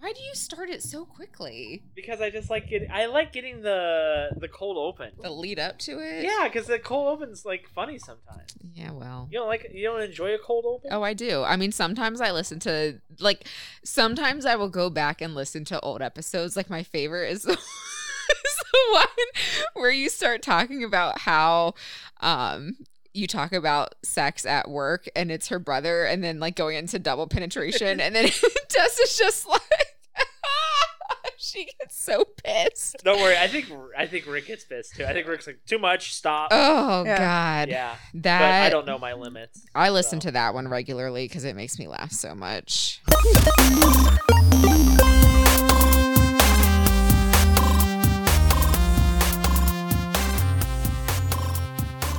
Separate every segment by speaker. Speaker 1: Why do you start it so quickly?
Speaker 2: because I just like it. I like getting the the cold open.
Speaker 1: The lead up to it?
Speaker 2: Yeah, because the cold open's like funny sometimes.
Speaker 1: Yeah, well.
Speaker 2: You don't like you don't enjoy a cold open.
Speaker 1: Oh, I do. I mean, sometimes I listen to like sometimes I will go back and listen to old episodes. Like my favorite is the, is the one where you start talking about how um you talk about sex at work and it's her brother and then like going into double penetration and then Tessa's just like she gets so pissed.
Speaker 2: Don't worry. I think I think Rick gets pissed too. I think Rick's like too much. Stop.
Speaker 1: Oh
Speaker 3: Yeah.
Speaker 1: god.
Speaker 2: yeah, but
Speaker 1: That
Speaker 2: I don't know my limits.
Speaker 1: I listen
Speaker 2: so.
Speaker 1: to that one regularly because it makes me laugh so much.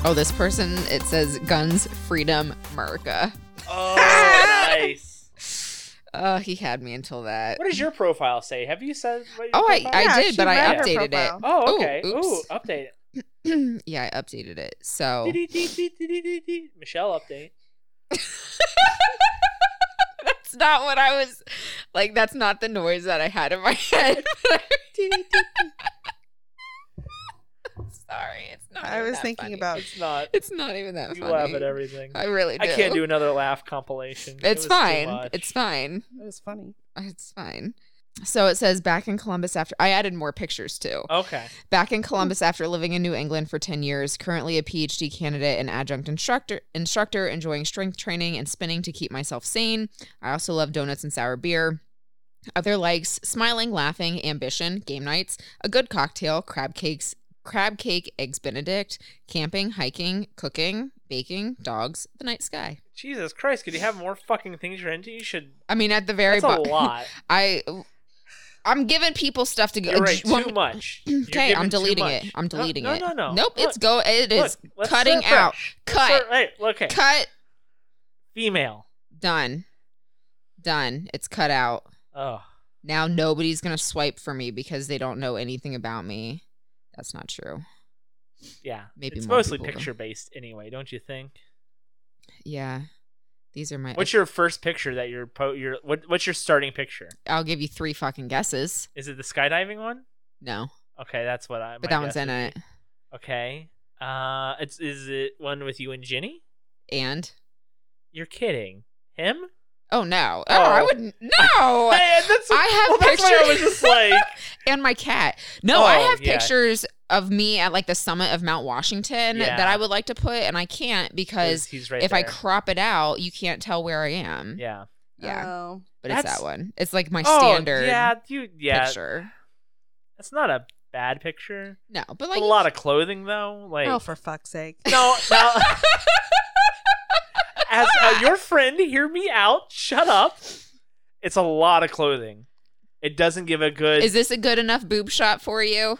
Speaker 1: Oh, this person, it says Guns Freedom America.
Speaker 2: Oh, nice.
Speaker 1: Uh, he had me until that.
Speaker 2: What does your profile say? Have you said? What your
Speaker 1: Oh, I,
Speaker 2: profile-
Speaker 3: Yeah,
Speaker 1: I did,
Speaker 3: she
Speaker 1: but I
Speaker 3: read her
Speaker 1: updated it.
Speaker 3: profile.
Speaker 2: Oh,
Speaker 1: Oh,
Speaker 2: okay.
Speaker 1: oops.
Speaker 2: Ooh, update. it.
Speaker 1: yeah, I updated it. So
Speaker 2: Dee-dee-dee-dee-dee-dee-dee. Michelle update.
Speaker 1: that's not what I was like. That's not the noise that I had in my head. Sorry, it's not.
Speaker 3: I
Speaker 1: even
Speaker 3: was
Speaker 1: that
Speaker 3: thinking
Speaker 1: funny.
Speaker 3: about
Speaker 2: It's not.
Speaker 1: It's not even that
Speaker 2: You
Speaker 1: funny.
Speaker 2: laugh at everything.
Speaker 1: I really do.
Speaker 2: I can't do another laugh compilation. It
Speaker 1: It's
Speaker 2: was too
Speaker 1: fine.
Speaker 2: much.
Speaker 1: It's fine.
Speaker 3: It was funny.
Speaker 1: It's fine. So it says back in Columbus after I added more pictures too.
Speaker 2: Okay.
Speaker 1: Back in Columbus after living in New England for 10 years, currently a PhD candidate and adjunct instructor instructor enjoying strength training and spinning to keep myself sane. I also love donuts and sour beer. Other likes: smiling, laughing, ambition, game nights, a good cocktail, crab cakes, crab cake, eggs benedict, camping, hiking, cooking, baking, dogs, the night sky.
Speaker 2: Jesus Christ, could you have more fucking things you're into? You should.
Speaker 1: I mean at the very
Speaker 2: That's a
Speaker 1: bo-
Speaker 2: lot.
Speaker 1: I I'm giving people stuff to go.
Speaker 2: You're right.
Speaker 1: Do you want
Speaker 2: Too
Speaker 1: me-
Speaker 2: much. You're
Speaker 1: Okay,
Speaker 2: giving
Speaker 1: I'm
Speaker 2: too
Speaker 1: deleting it.
Speaker 2: much.
Speaker 1: I'm deleting
Speaker 2: no,
Speaker 1: it.
Speaker 2: No, no, no.
Speaker 1: Nope, it's go.
Speaker 2: Look,
Speaker 1: It is
Speaker 2: look, let's
Speaker 1: cutting
Speaker 2: start
Speaker 1: out.
Speaker 2: fresh. Let's
Speaker 1: Cut.
Speaker 2: start- Hey, okay.
Speaker 1: Cut.
Speaker 2: Female.
Speaker 1: Done. Done. It's cut out.
Speaker 2: Oh.
Speaker 1: Now nobody's gonna swipe for me because they don't know anything about me. That's not true.
Speaker 2: Yeah.
Speaker 1: Maybe
Speaker 2: it's
Speaker 1: more
Speaker 2: mostly
Speaker 1: people, though.
Speaker 2: picture based anyway, don't you think?
Speaker 1: Yeah. These are my.
Speaker 2: What's your first picture that you're po- your what, what's your starting picture?
Speaker 1: I'll give you three fucking guesses.
Speaker 2: Is it the skydiving one?
Speaker 1: No,
Speaker 2: Okay, that's what I
Speaker 1: but
Speaker 2: my
Speaker 1: that one's
Speaker 2: guess
Speaker 1: in
Speaker 2: would
Speaker 1: it.
Speaker 2: be. Okay. Uh it's is it one with you and Ginny?
Speaker 1: And
Speaker 2: You're kidding. Him?
Speaker 1: oh no, oh,
Speaker 2: Oh.
Speaker 1: I wouldn't. No.
Speaker 2: Hey, that's,
Speaker 1: I have
Speaker 2: well, that's why I was
Speaker 1: pictures.
Speaker 2: just like
Speaker 1: and my cat. No, I
Speaker 2: Oh,
Speaker 1: have
Speaker 2: yeah.
Speaker 1: pictures of me at like the summit of Mount Washington
Speaker 2: Yeah.
Speaker 1: that I would like to put, and I can't because
Speaker 2: he's right
Speaker 1: if I
Speaker 2: there.
Speaker 1: crop it out, you can't tell where I am.
Speaker 2: Yeah.
Speaker 1: Yeah,
Speaker 3: Oh.
Speaker 1: but it's that
Speaker 2: That's-
Speaker 1: one. It's like my
Speaker 2: oh,
Speaker 1: standard
Speaker 2: Yeah, you yeah.
Speaker 1: picture.
Speaker 2: That's not a bad picture.
Speaker 1: No, but like
Speaker 2: a lot of clothing though. Like
Speaker 3: oh, for fuck's sake.
Speaker 2: No, no. As uh, your friend, hear me out. Shut up. It's a lot of clothing. It doesn't give a good.
Speaker 1: Is this a good enough boob shot for you?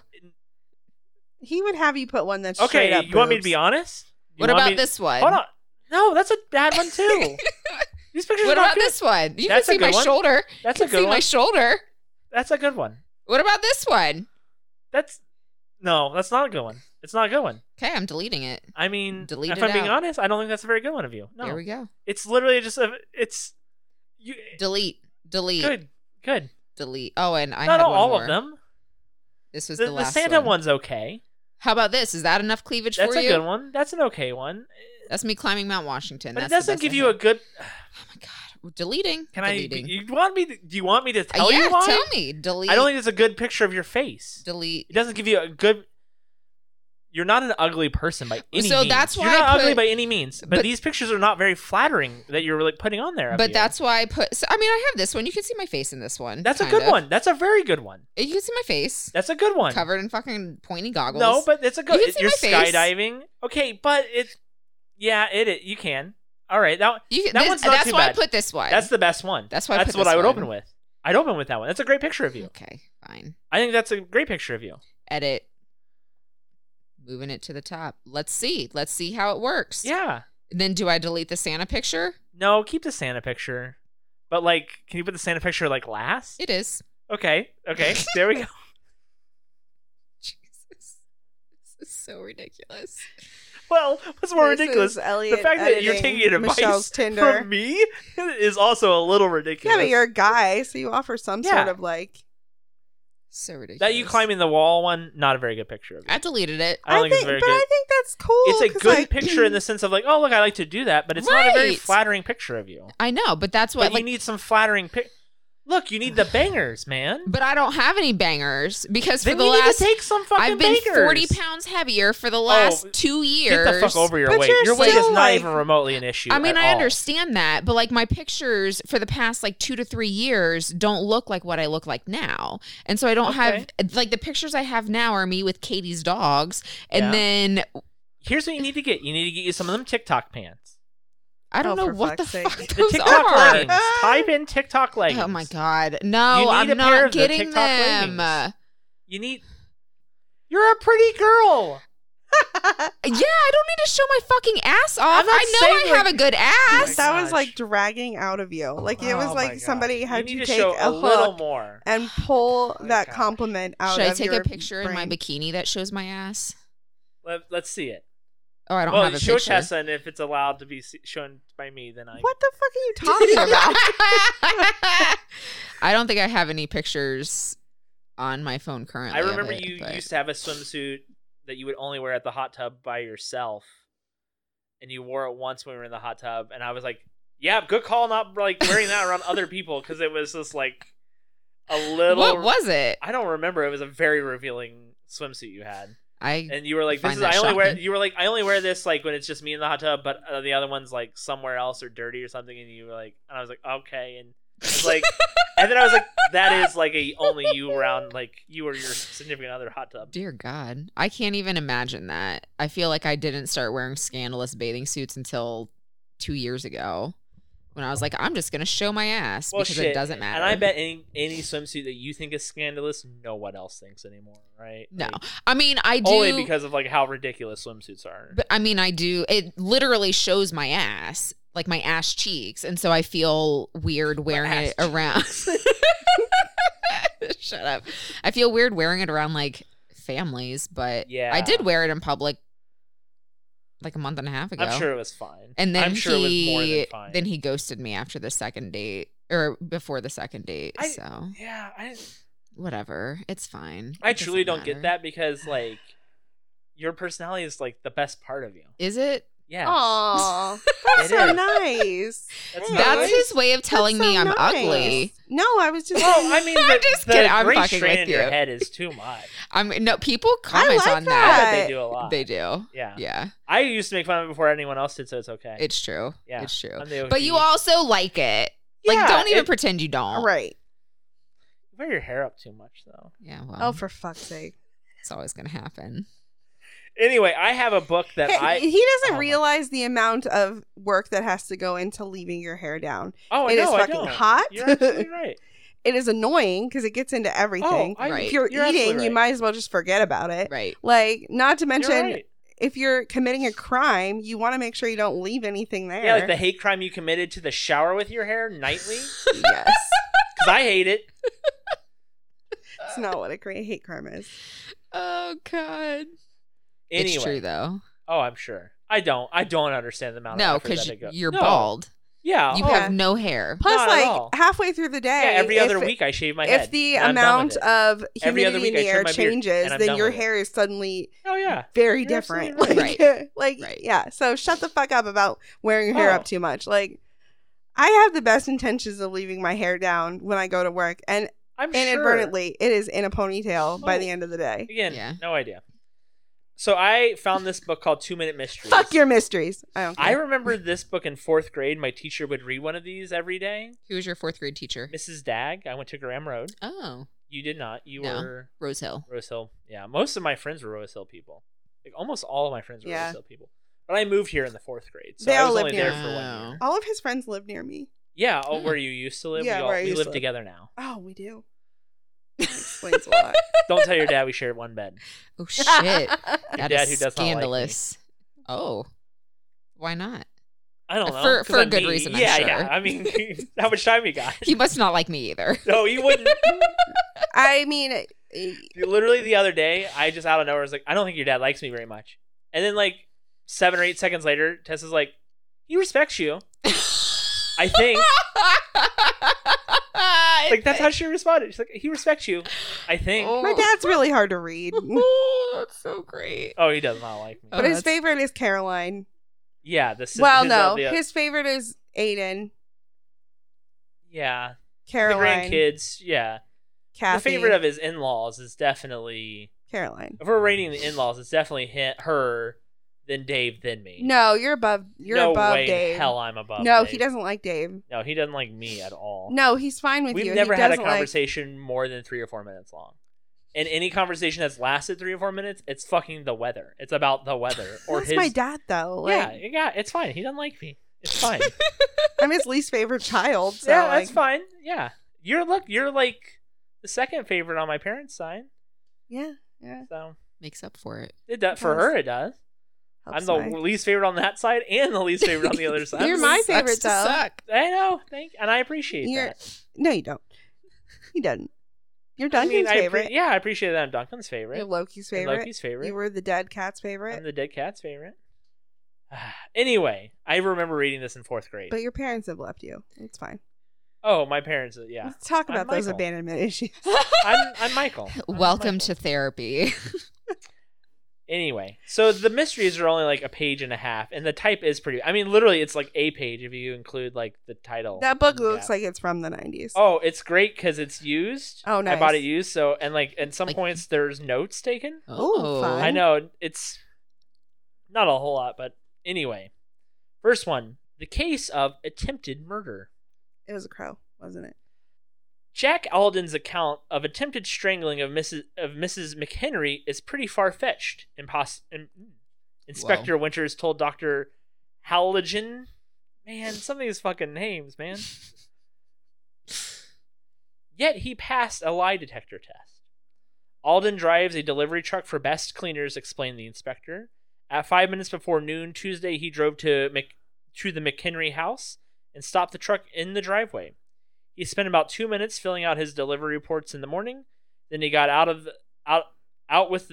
Speaker 3: He would have you put one that's straight
Speaker 2: okay,
Speaker 3: up
Speaker 2: you want me to
Speaker 3: boobs.
Speaker 2: be honest? You
Speaker 1: what
Speaker 2: want
Speaker 1: about
Speaker 2: me-
Speaker 1: this one?
Speaker 2: Hold on. No, that's a bad one too. These pictures
Speaker 1: What
Speaker 2: are not
Speaker 1: about
Speaker 2: good.
Speaker 1: this one? You
Speaker 2: That's a
Speaker 1: can see my
Speaker 2: good one.
Speaker 1: shoulder.
Speaker 2: That's
Speaker 1: you
Speaker 2: a
Speaker 1: can see
Speaker 2: good
Speaker 1: my
Speaker 2: one.
Speaker 1: shoulder.
Speaker 2: that's a good one.
Speaker 1: What about this one?
Speaker 2: That's no, that's not a good one. It's not a good one.
Speaker 1: Okay, I'm deleting it.
Speaker 2: I mean,
Speaker 1: Delete
Speaker 2: if
Speaker 1: it
Speaker 2: I'm being
Speaker 1: out.
Speaker 2: honest, I don't think that's a very good one of you.
Speaker 1: Here
Speaker 2: No,
Speaker 1: we go.
Speaker 2: it's literally just a. It's you.
Speaker 1: Delete. Delete.
Speaker 2: Good, good.
Speaker 1: Delete. Oh, and I
Speaker 2: not
Speaker 1: had
Speaker 2: all
Speaker 1: one
Speaker 2: all
Speaker 1: more.
Speaker 2: of them.
Speaker 1: This was
Speaker 2: The,
Speaker 1: the,
Speaker 2: the
Speaker 1: last
Speaker 2: Santa
Speaker 1: one.
Speaker 2: one's okay.
Speaker 1: How about this? Is that enough cleavage
Speaker 2: That's
Speaker 1: for
Speaker 2: a
Speaker 1: you?
Speaker 2: good one. That's an okay one.
Speaker 1: That's me climbing Mount Washington.
Speaker 2: but it
Speaker 1: That's the
Speaker 2: doesn't
Speaker 1: best
Speaker 2: give
Speaker 1: I
Speaker 2: you a
Speaker 1: have.
Speaker 2: good.
Speaker 1: Oh my god! We're deleting.
Speaker 2: Can
Speaker 1: deleting.
Speaker 2: I? You want me? To, do you want me to
Speaker 1: Uh,
Speaker 2: tell
Speaker 1: yeah,
Speaker 2: you why?
Speaker 1: tell me. Delete.
Speaker 2: I don't think it's a good picture of your face.
Speaker 1: delete.
Speaker 2: It doesn't give you a good. You're not an ugly person by any
Speaker 1: So
Speaker 2: means.
Speaker 1: that's why
Speaker 2: you're not
Speaker 1: I put-
Speaker 2: ugly by any means. But,
Speaker 1: but- these
Speaker 2: these pictures are not very flattering that you're like putting on there. of
Speaker 1: But
Speaker 2: you.
Speaker 1: that's why I put. So, I mean, I have this one. You can see my face in this one.
Speaker 2: that's a
Speaker 1: kind
Speaker 2: good
Speaker 1: of.
Speaker 2: one. That's a very good one.
Speaker 1: You can see my face
Speaker 2: That's a good one.
Speaker 1: covered in fucking pointy goggles.
Speaker 2: no, but it's a good.
Speaker 1: You can see
Speaker 2: you're
Speaker 1: my face.
Speaker 2: skydiving. Okay, but it's yeah, it, it you can. All right, that
Speaker 1: you can,
Speaker 2: that
Speaker 1: this-
Speaker 2: one's not
Speaker 1: that's
Speaker 2: too
Speaker 1: why I
Speaker 2: bad.
Speaker 1: put this one.
Speaker 2: that's the best one.
Speaker 1: That's why I
Speaker 2: that's
Speaker 1: put
Speaker 2: what
Speaker 1: this
Speaker 2: I would
Speaker 1: one.
Speaker 2: open with. I'd open with that one. That's a great picture of you.
Speaker 1: Okay, fine.
Speaker 2: I think that's a great picture of you.
Speaker 1: Edit. Moving it to the top. Let's see. Let's see how it works.
Speaker 2: Yeah.
Speaker 1: Then do I delete the Santa picture?
Speaker 2: No, keep the Santa picture. But like, can you put the Santa picture like last?
Speaker 1: It is.
Speaker 2: Okay. Okay. There we go.
Speaker 1: Jesus. This is so ridiculous.
Speaker 2: well, what's more
Speaker 3: This is
Speaker 2: ridiculous?
Speaker 3: Elliot
Speaker 2: The fact that you're
Speaker 3: editing
Speaker 2: taking advice
Speaker 3: Michelle's Tinder.
Speaker 2: from me is also a little
Speaker 3: yeah,
Speaker 2: ridiculous.
Speaker 3: but you're a guy, so you offer some
Speaker 2: Yeah.
Speaker 3: sort of like.
Speaker 1: So ridiculous.
Speaker 2: that you climbing the wall one, not a very good picture of it.
Speaker 1: I deleted it.
Speaker 2: I don't think,
Speaker 3: think,
Speaker 2: it's very
Speaker 3: but
Speaker 2: good.
Speaker 3: I think that's cool.
Speaker 2: it's a
Speaker 3: 'cause,
Speaker 2: good
Speaker 3: like,
Speaker 2: picture in the sense of like, oh look, I like to do that, but it's not a very
Speaker 1: Right.
Speaker 2: flattering picture of you.
Speaker 1: I know, but that's what
Speaker 2: but
Speaker 1: like
Speaker 2: you need some flattering pic. Look, you need the bangers, man.
Speaker 1: but I don't have any bangers because for
Speaker 2: then
Speaker 1: the
Speaker 2: you
Speaker 1: last
Speaker 2: need to take some fucking
Speaker 1: I've been
Speaker 2: bangers.
Speaker 1: 40 pounds heavier for the last
Speaker 2: Oh,
Speaker 1: two
Speaker 2: Get
Speaker 1: years.
Speaker 2: the fuck over your
Speaker 3: But
Speaker 2: weight.
Speaker 3: you're
Speaker 2: Your weight is
Speaker 3: still,
Speaker 2: not
Speaker 3: like-
Speaker 2: even remotely an issue.
Speaker 1: I mean,
Speaker 2: at
Speaker 1: I
Speaker 2: all.
Speaker 1: understand that, but like my pictures for the past like two to three years don't look like what I look like now. And so I don't
Speaker 2: Okay.
Speaker 1: have like the pictures I have now are me with Katie's dogs. And
Speaker 2: Yeah.
Speaker 1: then
Speaker 2: Here's what you need to get. You need to get you some of them TikTok pants.
Speaker 1: I don't know
Speaker 3: Oh, for
Speaker 1: what the
Speaker 3: fuck's
Speaker 1: fuck
Speaker 3: sake.
Speaker 2: The
Speaker 1: those
Speaker 2: TikTok
Speaker 1: are.
Speaker 2: leggings. Type in TikTok leggings.
Speaker 1: Oh my God.
Speaker 2: You
Speaker 1: No,
Speaker 2: need a
Speaker 1: I'm
Speaker 2: pair of
Speaker 1: not
Speaker 2: the
Speaker 1: getting
Speaker 2: TikTok
Speaker 1: them.
Speaker 2: leggings. You need. You're a pretty girl.
Speaker 1: Yeah, I don't need to show my fucking ass off.
Speaker 2: I'm not
Speaker 1: I know
Speaker 2: saying,
Speaker 1: I have
Speaker 2: like-
Speaker 1: a good ass.
Speaker 2: Oh my
Speaker 3: that was
Speaker 2: gosh.
Speaker 3: like dragging out of you. Like it was
Speaker 2: Oh my
Speaker 3: like
Speaker 2: God.
Speaker 3: somebody had
Speaker 2: you
Speaker 3: you,
Speaker 2: need to
Speaker 3: take
Speaker 2: show
Speaker 3: a,
Speaker 2: a little
Speaker 3: hook
Speaker 2: more. Oh
Speaker 3: and pull
Speaker 2: my
Speaker 3: that
Speaker 2: gosh.
Speaker 3: compliment out
Speaker 1: Should I
Speaker 3: of
Speaker 1: take
Speaker 3: your
Speaker 1: a picture in my
Speaker 3: brain.
Speaker 1: bikini that shows my ass?
Speaker 2: Let, let's see it.
Speaker 1: Oh, I don't
Speaker 2: well,
Speaker 1: have a
Speaker 2: show
Speaker 1: picture.
Speaker 2: Tessa, and if it's allowed to be se- shown by me, then I.
Speaker 3: What the fuck are you talking about?
Speaker 1: I don't think I have any pictures on my phone currently.
Speaker 2: I
Speaker 1: of
Speaker 2: remember
Speaker 1: it,
Speaker 2: you
Speaker 1: but-
Speaker 2: used to have a swimsuit that you would only wear at the hot tub by yourself, and you wore it once when we were in the hot tub, and I was like, "Yeah, good call, not like wearing that around other people because it was just like a little."
Speaker 1: What was it?
Speaker 2: I don't remember. It was a very revealing swimsuit you had,
Speaker 1: I
Speaker 2: and you were like, "This
Speaker 1: Find
Speaker 2: is
Speaker 1: that
Speaker 2: I only wear."
Speaker 1: shocking.
Speaker 2: You were like, "I only wear this like when it's just me in the hot tub, but uh, the other one's like somewhere else or dirty or something." And you were like, and I was like, "Okay," and it's like. And then I was like, "That is like a only you around like you or your significant other hot tub."
Speaker 1: Dear God, I can't even imagine that. I feel like I didn't start wearing scandalous bathing suits until two years ago, when I was like, I'm just gonna show my ass because it doesn't matter.
Speaker 2: And I bet any any swimsuit that you think is scandalous, no one else thinks anymore, right?
Speaker 1: No.
Speaker 2: Like,
Speaker 1: I mean, I do.
Speaker 2: only because of like how ridiculous swimsuits are.
Speaker 1: But I mean, I do. It literally shows my ass, like my ass cheeks, and so I feel weird wearing
Speaker 2: ass
Speaker 1: it around. Shut up. I feel weird wearing it around like families, but
Speaker 2: yeah,
Speaker 1: I did wear it in public like a month and a half ago.
Speaker 2: I'm sure it was fine.
Speaker 1: And then
Speaker 2: I'm sure
Speaker 1: he
Speaker 2: it was more than fine.
Speaker 1: then he ghosted me after the second date or before the second date.
Speaker 2: I-
Speaker 1: so
Speaker 2: yeah, I
Speaker 1: whatever, it's fine.
Speaker 2: I
Speaker 1: It doesn't
Speaker 2: truly don't get
Speaker 1: matter.
Speaker 2: that because like your personality is like the best part of you.
Speaker 1: Is it?
Speaker 2: Yeah,
Speaker 3: Aw,
Speaker 2: It
Speaker 3: that's so
Speaker 2: is.
Speaker 3: nice.
Speaker 2: that's,
Speaker 3: Hey.
Speaker 2: not
Speaker 1: That's
Speaker 2: nice.
Speaker 1: his way of telling
Speaker 3: That's so
Speaker 1: me I'm
Speaker 3: nice.
Speaker 1: ugly.
Speaker 3: No, I was just.
Speaker 2: Well, I mean, the,
Speaker 1: I'm just
Speaker 2: the
Speaker 1: kidding. I'm
Speaker 2: gray
Speaker 1: fucking
Speaker 2: strand
Speaker 1: with
Speaker 2: in your
Speaker 1: you.
Speaker 2: head is too much.
Speaker 1: I'm no people comment
Speaker 3: like
Speaker 1: on
Speaker 2: I
Speaker 1: that.
Speaker 2: bet
Speaker 3: Uh,
Speaker 2: they do a lot.
Speaker 1: They do.
Speaker 2: Yeah.
Speaker 1: Yeah,
Speaker 2: I used to make fun of it before anyone else did, so it's okay.
Speaker 1: it's true.
Speaker 2: Yeah.
Speaker 1: It's true.
Speaker 2: I'm the
Speaker 1: But you
Speaker 2: OG.
Speaker 1: also like it.
Speaker 2: Yeah,
Speaker 1: like, don't even
Speaker 2: it-
Speaker 1: pretend you don't.
Speaker 3: right.
Speaker 2: wear your hair up too much though.
Speaker 1: Yeah. Well,
Speaker 3: Oh, for fuck's sake!
Speaker 1: it's always gonna happen.
Speaker 2: Anyway, I have a book that
Speaker 3: Hey,
Speaker 2: I
Speaker 3: he
Speaker 2: oh
Speaker 3: doesn't
Speaker 2: my-
Speaker 3: realize the amount of work that has to go into leaving your hair down.
Speaker 2: oh I
Speaker 3: it is
Speaker 2: know, I
Speaker 3: fucking
Speaker 2: don't.
Speaker 3: hot.
Speaker 2: You're absolutely right.
Speaker 3: It is annoying because it gets into everything.
Speaker 2: Oh, I,
Speaker 1: Right.
Speaker 3: if you're,
Speaker 2: you're
Speaker 3: eating,
Speaker 2: absolutely
Speaker 3: you
Speaker 2: right.
Speaker 3: might as well just forget about it.
Speaker 1: Right.
Speaker 3: Like, not to
Speaker 2: You're
Speaker 3: mention,
Speaker 2: right.
Speaker 3: if you're committing a crime, you want to make sure you don't leave anything there.
Speaker 2: Yeah, like the hate crime you committed to the shower with your hair nightly.
Speaker 3: yes,
Speaker 2: Because I hate it.
Speaker 3: it's not what a great hate crime is.
Speaker 1: Oh God.
Speaker 2: Anyway.
Speaker 1: It's true though.
Speaker 2: Oh, I'm sure. I don't. I don't understand the amount.
Speaker 1: No,
Speaker 2: of effort
Speaker 1: because
Speaker 2: that it goes-
Speaker 1: you're
Speaker 2: No.
Speaker 1: bald.
Speaker 2: Yeah.
Speaker 1: You
Speaker 2: oh,
Speaker 1: have no hair.
Speaker 3: Plus,
Speaker 2: Not at
Speaker 3: like
Speaker 2: all.
Speaker 3: halfway through the
Speaker 2: yeah.
Speaker 3: day,
Speaker 2: Every
Speaker 3: if
Speaker 2: other
Speaker 3: it-
Speaker 2: week, I shave my head.
Speaker 3: if the
Speaker 2: and I'm done
Speaker 3: amount
Speaker 2: with it.
Speaker 3: of
Speaker 2: Every other
Speaker 3: humidity in
Speaker 2: week I
Speaker 3: the
Speaker 2: trim
Speaker 3: air
Speaker 2: my beard,
Speaker 3: changes,
Speaker 2: and I'm
Speaker 3: then
Speaker 2: done
Speaker 3: your
Speaker 2: with it.
Speaker 3: hair is suddenly
Speaker 2: oh yeah.
Speaker 3: very
Speaker 2: You're
Speaker 3: different.
Speaker 2: absolutely
Speaker 3: Like, like
Speaker 1: Right.
Speaker 3: yeah. So shut the fuck up about wearing your hair
Speaker 2: Oh.
Speaker 3: up too much. Like, I have the best intentions of leaving my hair down when I go to work, and
Speaker 2: I'm sure.
Speaker 3: inadvertently, it is in a ponytail by
Speaker 2: Oh.
Speaker 3: the end of the day.
Speaker 2: Again,
Speaker 1: Yeah.
Speaker 2: no idea. So I found this book called Two Minute Mysteries.
Speaker 3: Fuck your mysteries. I don't. Care.
Speaker 2: I remember this book in fourth grade. My teacher would read one of these every day.
Speaker 1: Who was your fourth grade teacher?
Speaker 2: Mrs. Dag. I went to Graham Road.
Speaker 1: Oh,
Speaker 2: You did not. You
Speaker 1: No.
Speaker 2: were
Speaker 1: Rose Hill.
Speaker 2: Rose Hill. Yeah, most of my friends were Rose Hill people. Like almost all of my friends were
Speaker 3: Yeah.
Speaker 2: Rose Hill people. But I moved here in the fourth grade, so
Speaker 3: They
Speaker 2: I
Speaker 3: all
Speaker 2: was
Speaker 3: live
Speaker 2: only
Speaker 3: near
Speaker 2: there for one
Speaker 1: Oh.
Speaker 2: year.
Speaker 3: All of his friends live near me.
Speaker 2: Yeah, oh,
Speaker 1: Oh.
Speaker 2: where you used to live,
Speaker 3: Yeah,
Speaker 2: we, all,
Speaker 3: where I
Speaker 2: we
Speaker 3: used
Speaker 2: live
Speaker 3: to live.
Speaker 2: together now.
Speaker 3: Oh, we do. That explains a lot.
Speaker 2: Don't tell your dad we shared one bed.
Speaker 1: Oh shit.
Speaker 2: Your
Speaker 1: That
Speaker 2: dad
Speaker 1: is
Speaker 2: who does not like me.
Speaker 1: scandalous. Oh, why not?
Speaker 2: I don't know
Speaker 1: For-
Speaker 2: 'cause
Speaker 1: for a
Speaker 2: I'm
Speaker 1: good
Speaker 2: me.
Speaker 1: reason, I'm
Speaker 2: Yeah,
Speaker 1: sure.
Speaker 2: yeah. I mean, how much time you got?
Speaker 1: He must not like me either.
Speaker 2: No, you wouldn't.
Speaker 3: I mean, eh, eh,
Speaker 2: Literally the other day, I just out of nowhere was like, I don't think your dad likes me very much. And then like seven or eight seconds later, Tessa's like, "He respects you." I think like that's how she responded. She's like, "He respects you." I think. Oh,
Speaker 3: My dad's really hard to read.
Speaker 1: Oh, that's so great.
Speaker 2: he does not like me.
Speaker 1: Oh,
Speaker 3: but his
Speaker 1: that's-
Speaker 3: favorite is Caroline.
Speaker 2: Yeah, the sis-
Speaker 3: well,
Speaker 2: his,
Speaker 3: no,
Speaker 2: uh, the-
Speaker 3: his favorite is Aiden,
Speaker 2: yeah, the
Speaker 3: Caroline,
Speaker 2: grandkids. Yeah,
Speaker 3: Kathy,
Speaker 2: the favorite of his in-laws is definitely.
Speaker 3: Caroline.
Speaker 2: If we're rating the in-laws, it's definitely hi- her, then Dave, then me.
Speaker 3: No, you're above. You're
Speaker 2: no
Speaker 3: above
Speaker 2: way in
Speaker 3: Dave.
Speaker 2: Hell, I'm above.
Speaker 3: no,
Speaker 2: Dave.
Speaker 3: he doesn't like Dave.
Speaker 2: No, he doesn't like me at all.
Speaker 3: No, he's fine with
Speaker 2: We've
Speaker 3: you.
Speaker 2: never
Speaker 3: he
Speaker 2: had a
Speaker 3: doesn't like-
Speaker 2: conversation more than three or four minutes long. And any conversation that's lasted three or four minutes, it's fucking the weather. It's about the weather or
Speaker 3: That's
Speaker 2: his.
Speaker 3: my dad, though. Like,
Speaker 2: yeah, yeah, it's fine. He doesn't like me. It's fine.
Speaker 3: I'm his least favorite child. So
Speaker 2: yeah,
Speaker 3: like,
Speaker 2: that's fine. Yeah, you're look, you're like the second favorite on my parents' side.
Speaker 3: Yeah, yeah.
Speaker 2: So
Speaker 1: Makes up for it.
Speaker 2: it does, for
Speaker 3: Yes.
Speaker 2: her, it does.
Speaker 3: helps
Speaker 2: I'm the
Speaker 3: my-
Speaker 2: least favorite on that side and the least favorite on the other side.
Speaker 3: You're my
Speaker 1: Sucks
Speaker 3: favorite,
Speaker 1: to
Speaker 3: though.
Speaker 1: Suck.
Speaker 2: I know. Thank, and I appreciate
Speaker 3: You're-
Speaker 2: that.
Speaker 3: No, you don't. He doesn't. You're
Speaker 2: I
Speaker 3: Duncan's
Speaker 2: mean, I appre-
Speaker 3: favorite.
Speaker 2: yeah, I appreciate that. I'm Duncan's favorite.
Speaker 3: You're Loki's
Speaker 2: and
Speaker 3: favorite.
Speaker 2: Loki's favorite.
Speaker 3: You were the dead cat's
Speaker 2: I'm
Speaker 3: favorite.
Speaker 2: the dead cat's favorite. anyway, I remember reading this in fourth grade.
Speaker 3: But your parents have left you. It's fine.
Speaker 2: oh, my parents. uh, Yeah,
Speaker 3: Let's talk
Speaker 2: I'm
Speaker 3: about those
Speaker 2: Michael.
Speaker 3: abandonment issues.
Speaker 2: I'm I'm Michael. I'm
Speaker 1: Welcome
Speaker 2: Michael.
Speaker 1: to therapy.
Speaker 2: Anyway, so the mysteries are only like a page and a half, and the type is pretty. I mean, literally, it's like a page if you include like the title.
Speaker 3: That book
Speaker 2: Yeah.
Speaker 3: looks like it's from the 90s.
Speaker 2: Oh, it's great because it's used.
Speaker 3: Oh,
Speaker 2: I bought it
Speaker 3: nice.
Speaker 2: used. So and like at some
Speaker 1: Like-
Speaker 2: points there's notes taken.
Speaker 3: Oh, fun.
Speaker 2: I know it's not a whole lot, but anyway, first one: the case of attempted murder.
Speaker 3: It was a crow, wasn't it?
Speaker 2: Jack Alden's account of attempted strangling of Mrs. of Mrs. McHenry is pretty far fetched. Impos- in- Inspector Winters told Doctor Halogen, "Man, some of these fucking names, man." Yet he passed a lie detector test. Alden drives a delivery truck for best cleaners, explained the inspector. At five minutes before noon Tuesday, he drove to Mc- to the McHenry house and stopped the truck in the driveway. He spent about two minutes filling out his delivery reports in the morning. Then he got out of out out with.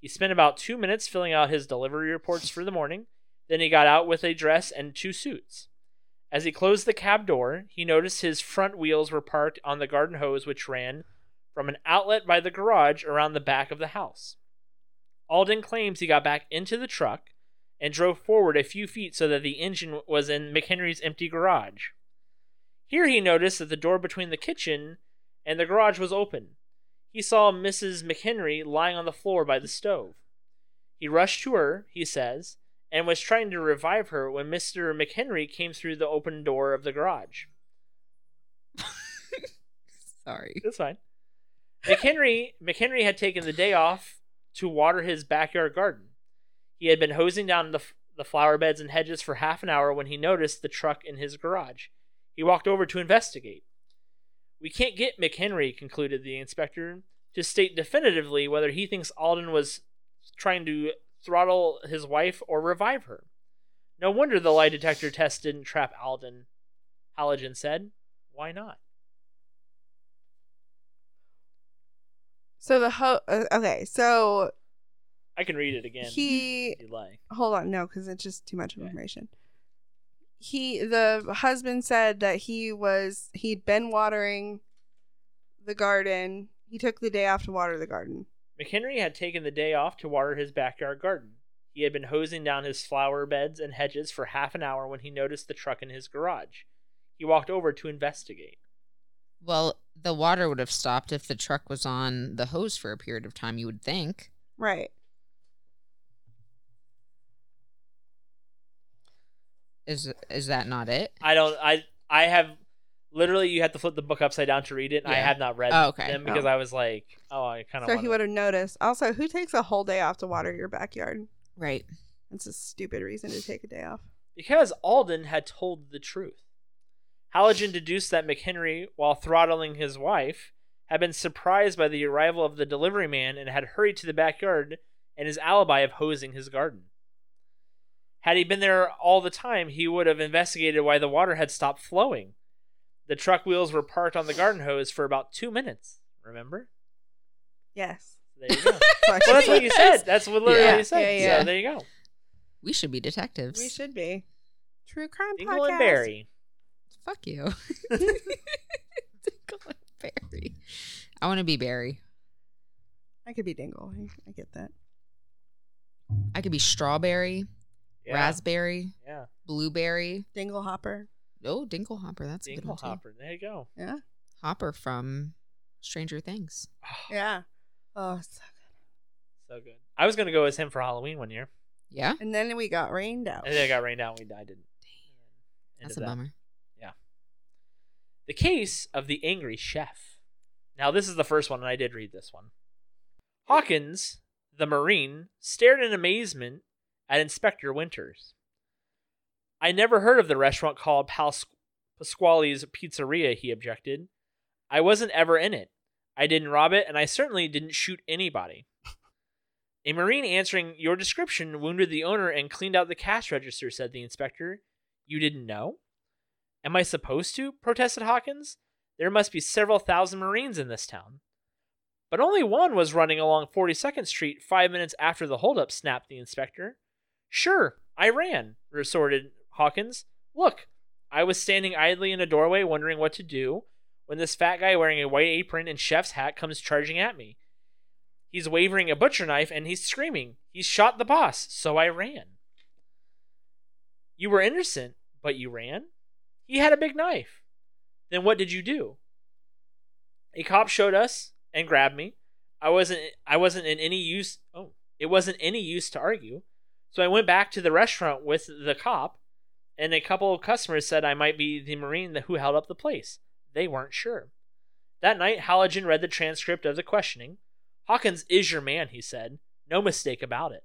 Speaker 2: He spent about two minutes filling out his delivery reports for the morning. Then he got out with a dress and two suits. As he closed the cab door, he noticed his front wheels were parked on the garden hose which ran from an outlet by the garage around the back of the house. Alden claims he got back into the truck and drove forward a few feet so that the engine was in McHenry's empty garage. Here he noticed that the door between the kitchen and the garage was open. He saw Mrs. McHenry lying on the floor by the stove. He rushed to her, he says, and was trying to revive her when Mr. McHenry came through the open door of the garage.
Speaker 1: Oh, Sorry.
Speaker 2: That's fine. McHenry McHenry had taken the day off to water his backyard garden. He had been hosing down the, f- the flower beds and hedges for half an hour when he noticed the truck in his garage. He walked over to investigate. We can't get McHenry, concluded the inspector, to state definitively whether he thinks Alden was trying to throttle his wife or revive her. No wonder the lie detector test didn't trap Alden. Halogen said, Why not?
Speaker 3: So the ho. Uh, okay, so
Speaker 2: I can read it again.
Speaker 3: he.
Speaker 2: You lie.
Speaker 3: Hold on, no, because it's just too much
Speaker 2: Okay.
Speaker 3: information. He, the husband said that he was, he'd been watering the garden. He took the day off to water the garden.
Speaker 2: McHenry had taken the day off to water his backyard garden. He had been hosing down his flower beds and hedges for half an hour when he noticed the truck in his garage. He walked over to investigate.
Speaker 1: Well, the water would have stopped if the truck was on the hose for a period of time, you would think.
Speaker 3: Right.
Speaker 1: Is is that not it?
Speaker 2: I don't. I I have literally. You have to flip the book upside down to read it. and I
Speaker 1: Yeah.
Speaker 2: have not read
Speaker 1: Oh, okay.
Speaker 2: them because I was like, oh, I kind of.
Speaker 3: So he would have noticed. Also, who takes a whole day off to water your backyard?
Speaker 1: Right.
Speaker 3: That's a stupid reason to take a day off.
Speaker 2: because Alden had told the truth. Halogen deduced that McHenry, while throttling his wife, had been surprised by the arrival of the delivery man and had hurried to the backyard and his alibi of hosing his garden. Had he been there all the time, he would have investigated why the water had stopped flowing. The truck wheels were parked on the garden hose for about two minutes. Remember?
Speaker 3: Yes.
Speaker 2: There you go.
Speaker 3: So I
Speaker 2: well, that's
Speaker 3: should-
Speaker 2: what you said. That's what literally
Speaker 1: Yeah,
Speaker 2: you said.
Speaker 3: yeah, yeah.
Speaker 2: So there you go.
Speaker 1: We should be detectives.
Speaker 3: We should be. True crime
Speaker 2: Dingle
Speaker 3: podcast.
Speaker 2: and Barry.
Speaker 1: Fuck you. Tickle and Barry. I want to be Barry.
Speaker 3: I could be Dingle. I, I get that.
Speaker 1: I could be strawberry,
Speaker 2: Yeah.
Speaker 1: raspberry,
Speaker 2: Yeah.
Speaker 1: blueberry.
Speaker 3: Dingle Hopper.
Speaker 1: Oh, Dingle Hopper. That's a good
Speaker 2: Dingle
Speaker 1: one. Hopper.
Speaker 2: Hopper. There you go.
Speaker 1: Hopper from Stranger Things.
Speaker 3: Yeah. Oh, so-
Speaker 2: So good. I was gonna go as him for Halloween one year,
Speaker 1: Yeah?
Speaker 3: and then we got rained out.
Speaker 2: and then it got rained out. and We I didn't.
Speaker 1: Oh.
Speaker 2: End
Speaker 1: That's
Speaker 2: of
Speaker 1: a
Speaker 2: that.
Speaker 1: bummer.
Speaker 2: The case of the angry chef. Now this is the first one, and I did read this one. Hawkins, the Marine, stared in amazement at Inspector Winters. I never heard of the restaurant called Pas- Pasquale's Pizzeria, he objected. I wasn't ever in it. I didn't rob it, and I certainly didn't shoot anybody. A Marine answering your description wounded the owner and cleaned out the cash register, said the inspector. You didn't know? Am I supposed to? protested Hawkins. There must be several thousand Marines in this town. But only one was running along 42nd Street five minutes after the holdup, snapped the inspector. Sure, I ran, resorted Hawkins. Look, I was standing idly in a doorway wondering what to do when this fat guy wearing a white apron and chef's hat comes charging at me. He's waving a butcher knife and he's screaming, He's shot the boss, so I ran. You were innocent, but you ran? He had a big knife. Then what did you do? A cop showed us and grabbed me. I wasn't I wasn't in any use oh, it wasn't any use to argue. So I went back to the restaurant with the cop and a couple of customers said I might be the marine that- who held up the place. They weren't sure. That night Halogen read the transcript of the questioning. Hawkins is your man, he said. No mistake about it.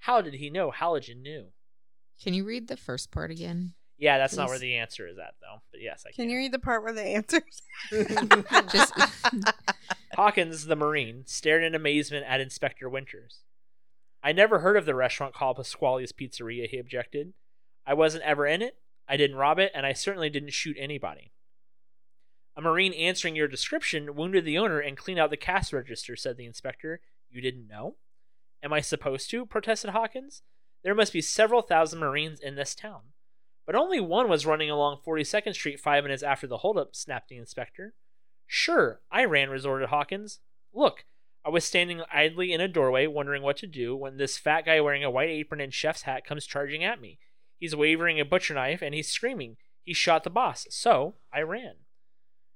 Speaker 2: How did he know Halogen knew?
Speaker 1: Can you read the first part again?
Speaker 2: Yeah, that's not
Speaker 1: Please.
Speaker 2: where the answer is at though. But yes, I
Speaker 3: Can you read the part where the answers?
Speaker 1: Just
Speaker 2: Hawkins, the Marine, stared in amazement at Inspector Winters. I never heard of the restaurant called Pasquale's Pizzeria, he objected. I wasn't ever in it, I didn't rob it, and I certainly didn't shoot anybody. A Marine answering your description wounded the owner and cleaned out the cash register, said the inspector. You didn't know? Am I supposed to? protested Hawkins. There must be several thousand Marines in this town. But only one was running along 42nd Street five minutes after the holdup, snapped the inspector. Sure, I ran, resorted Hawkins. Look, I was standing idly in a doorway wondering what to do when this fat guy wearing a white apron and chef's hat comes charging at me. He's waving a butcher knife and he's screaming, He shot the boss, so I ran.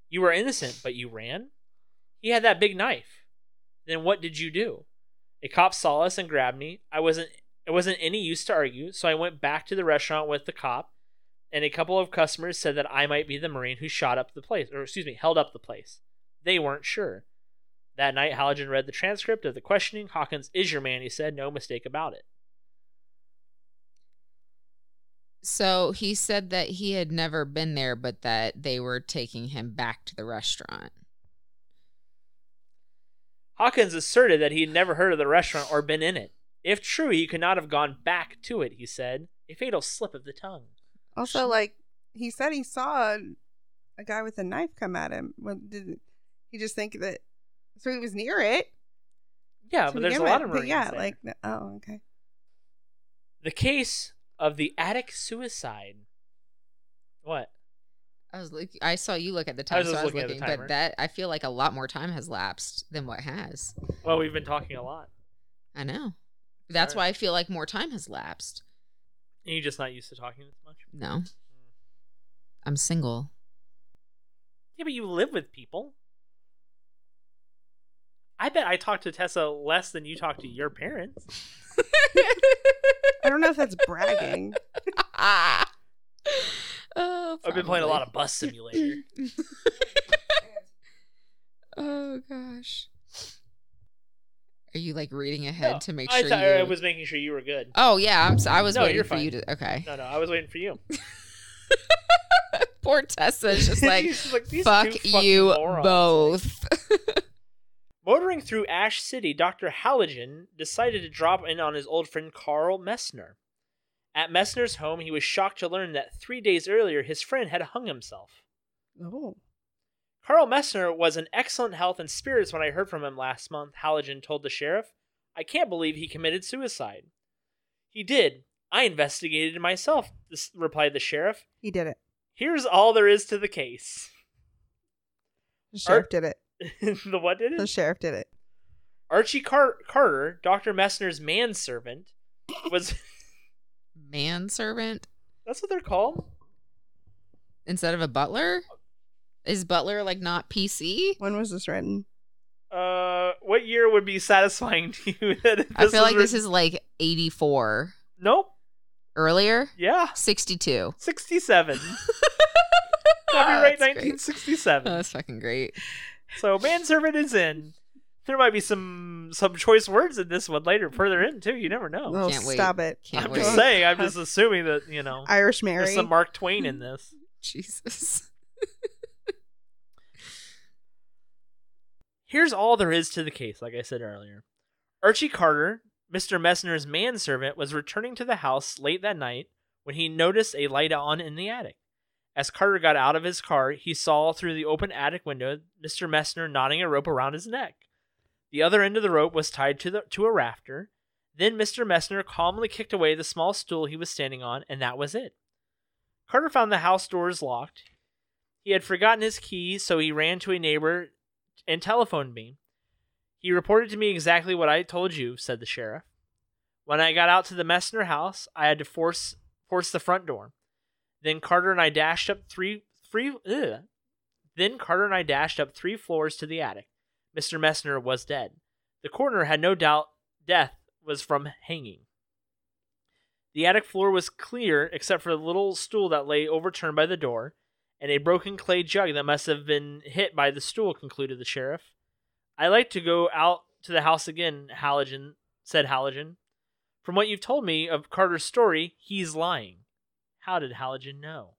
Speaker 2: You were innocent, but you ran? He had that big knife. Then what did you do? A cop saw us and grabbed me. I wasn't it wasn't any use to argue, so I went back to the restaurant with the cop and a couple of customers said that I might be the Marine who shot up the place, or excuse me, held up the place. They weren't sure. That night, Halogen read the transcript of the questioning. Hawkins is your man, he said, no mistake about it.
Speaker 1: so he said that he had never been there, but that they were taking him back to the restaurant.
Speaker 2: Hawkins asserted that he had never heard of the restaurant or been in it. If true, he could not have gone back to it, he said. A fatal slip of the tongue.
Speaker 3: Also, like he said, he saw a guy with a knife come at him. Well, did he just think that? So he was near it.
Speaker 2: Yeah,
Speaker 3: to
Speaker 2: but there's a
Speaker 3: begin
Speaker 2: lot
Speaker 3: with,
Speaker 2: of
Speaker 3: but
Speaker 2: Marines.
Speaker 3: Yeah,
Speaker 2: there.
Speaker 3: like oh, okay.
Speaker 2: the case of the attic suicide. What?
Speaker 1: I was look- I saw you look at the time,
Speaker 2: was
Speaker 1: so
Speaker 2: just
Speaker 1: I was
Speaker 2: looking at the
Speaker 1: looking,
Speaker 2: timer.
Speaker 1: but that I feel like a lot more time has lapsed than what has.
Speaker 2: Well, we've been talking a lot.
Speaker 1: I know. That's
Speaker 2: Alright.
Speaker 1: why I feel like more time has lapsed.
Speaker 2: Are you just not used to talking this much? Hmm.
Speaker 1: No. I'm single.
Speaker 2: Yeah, but you live with people. I bet I talk to Tessa less than you talk to your parents.
Speaker 3: I don't know if that's bragging.
Speaker 1: oh,
Speaker 2: I've been playing a
Speaker 1: probably.
Speaker 2: lot of bus simulator.
Speaker 1: oh gosh. Are you like reading ahead to make
Speaker 2: I,
Speaker 1: sure
Speaker 2: thought-
Speaker 1: you?
Speaker 2: I was making sure you were good.
Speaker 1: Oh yeah, I'm. So, I was
Speaker 2: No,
Speaker 1: waiting
Speaker 2: you're
Speaker 1: for
Speaker 2: fine.
Speaker 1: you to. Okay.
Speaker 2: No, no, I was waiting for you.
Speaker 1: Poor Tessa's just like,
Speaker 2: She's like, "These
Speaker 1: fuck
Speaker 2: two fucking
Speaker 1: you
Speaker 2: morons."
Speaker 1: both.
Speaker 2: Motoring through Ash City, Dr. Halogen decided to drop in on his old friend Carl Messner. At Messner's home, he was shocked to learn that three days earlier his friend had hung himself.
Speaker 3: oh,
Speaker 2: Carl Messner was in excellent health and spirits when I heard from him last month, Halogen told the sheriff. I can't believe he committed suicide. He did. I investigated myself, s- replied the sheriff.
Speaker 3: He did it.
Speaker 2: Here's all there is to the case.
Speaker 3: The sheriff did it.
Speaker 2: the what did
Speaker 3: The
Speaker 2: it?
Speaker 3: sheriff did it.
Speaker 2: Archie Car- Carter, Dr. Messner's manservant, was.
Speaker 1: Manservant
Speaker 2: That's what they're called?
Speaker 1: instead of a butler? Is butler like not PC?
Speaker 3: When was this written?
Speaker 2: Uh, what year would be satisfying to you? that
Speaker 1: I feel
Speaker 2: was
Speaker 1: like this
Speaker 2: writ-
Speaker 1: is like 84.
Speaker 2: Nope.
Speaker 1: Earlier?
Speaker 2: Yeah.
Speaker 1: 62.
Speaker 2: 67. Copyright
Speaker 1: Oh, That's great.
Speaker 2: 1967.
Speaker 1: Oh, that's fucking great.
Speaker 2: So manservant is in. There might be some some choice words in this one later, further in too. You never know.
Speaker 3: Oh,
Speaker 1: can't wait.
Speaker 3: stop it.
Speaker 1: Can't
Speaker 2: I'm
Speaker 1: wait.
Speaker 2: just saying. I'm just assuming that you know
Speaker 3: Irish
Speaker 2: there's
Speaker 3: Mary.
Speaker 2: some Mark Twain in this.
Speaker 1: Jesus.
Speaker 2: Here's all there is to the case. Like I said earlier, Archie Carter, Mister Messner's manservant, was returning to the house late that night when he noticed a light on in the attic. As Carter got out of his car, he saw through the open attic window Mr. Messner knotting a rope around his neck. The other end of the rope was tied to the to a rafter. Then Mr. Messner calmly kicked away the small stool he was standing on, and that was it. Carter found the house doors locked. He had forgotten his key, so he ran to a neighbor and telephoned me. He reported to me exactly what I told you, said the sheriff. When I got out to the Messner house, I had to force force the front door. Then Carter and I dashed up three three ugh. Then Carter and I dashed up three floors to the attic. Mr. Messner was dead. The coroner had no doubt death was from hanging. The attic floor was clear except for a little stool that lay overturned by the door and a broken clay jug that must have been hit by the stool, concluded the sheriff. I like to go out to the house again, Halogen said Halogen. From what you've told me of Carter's story, he's lying. How did Halogen know?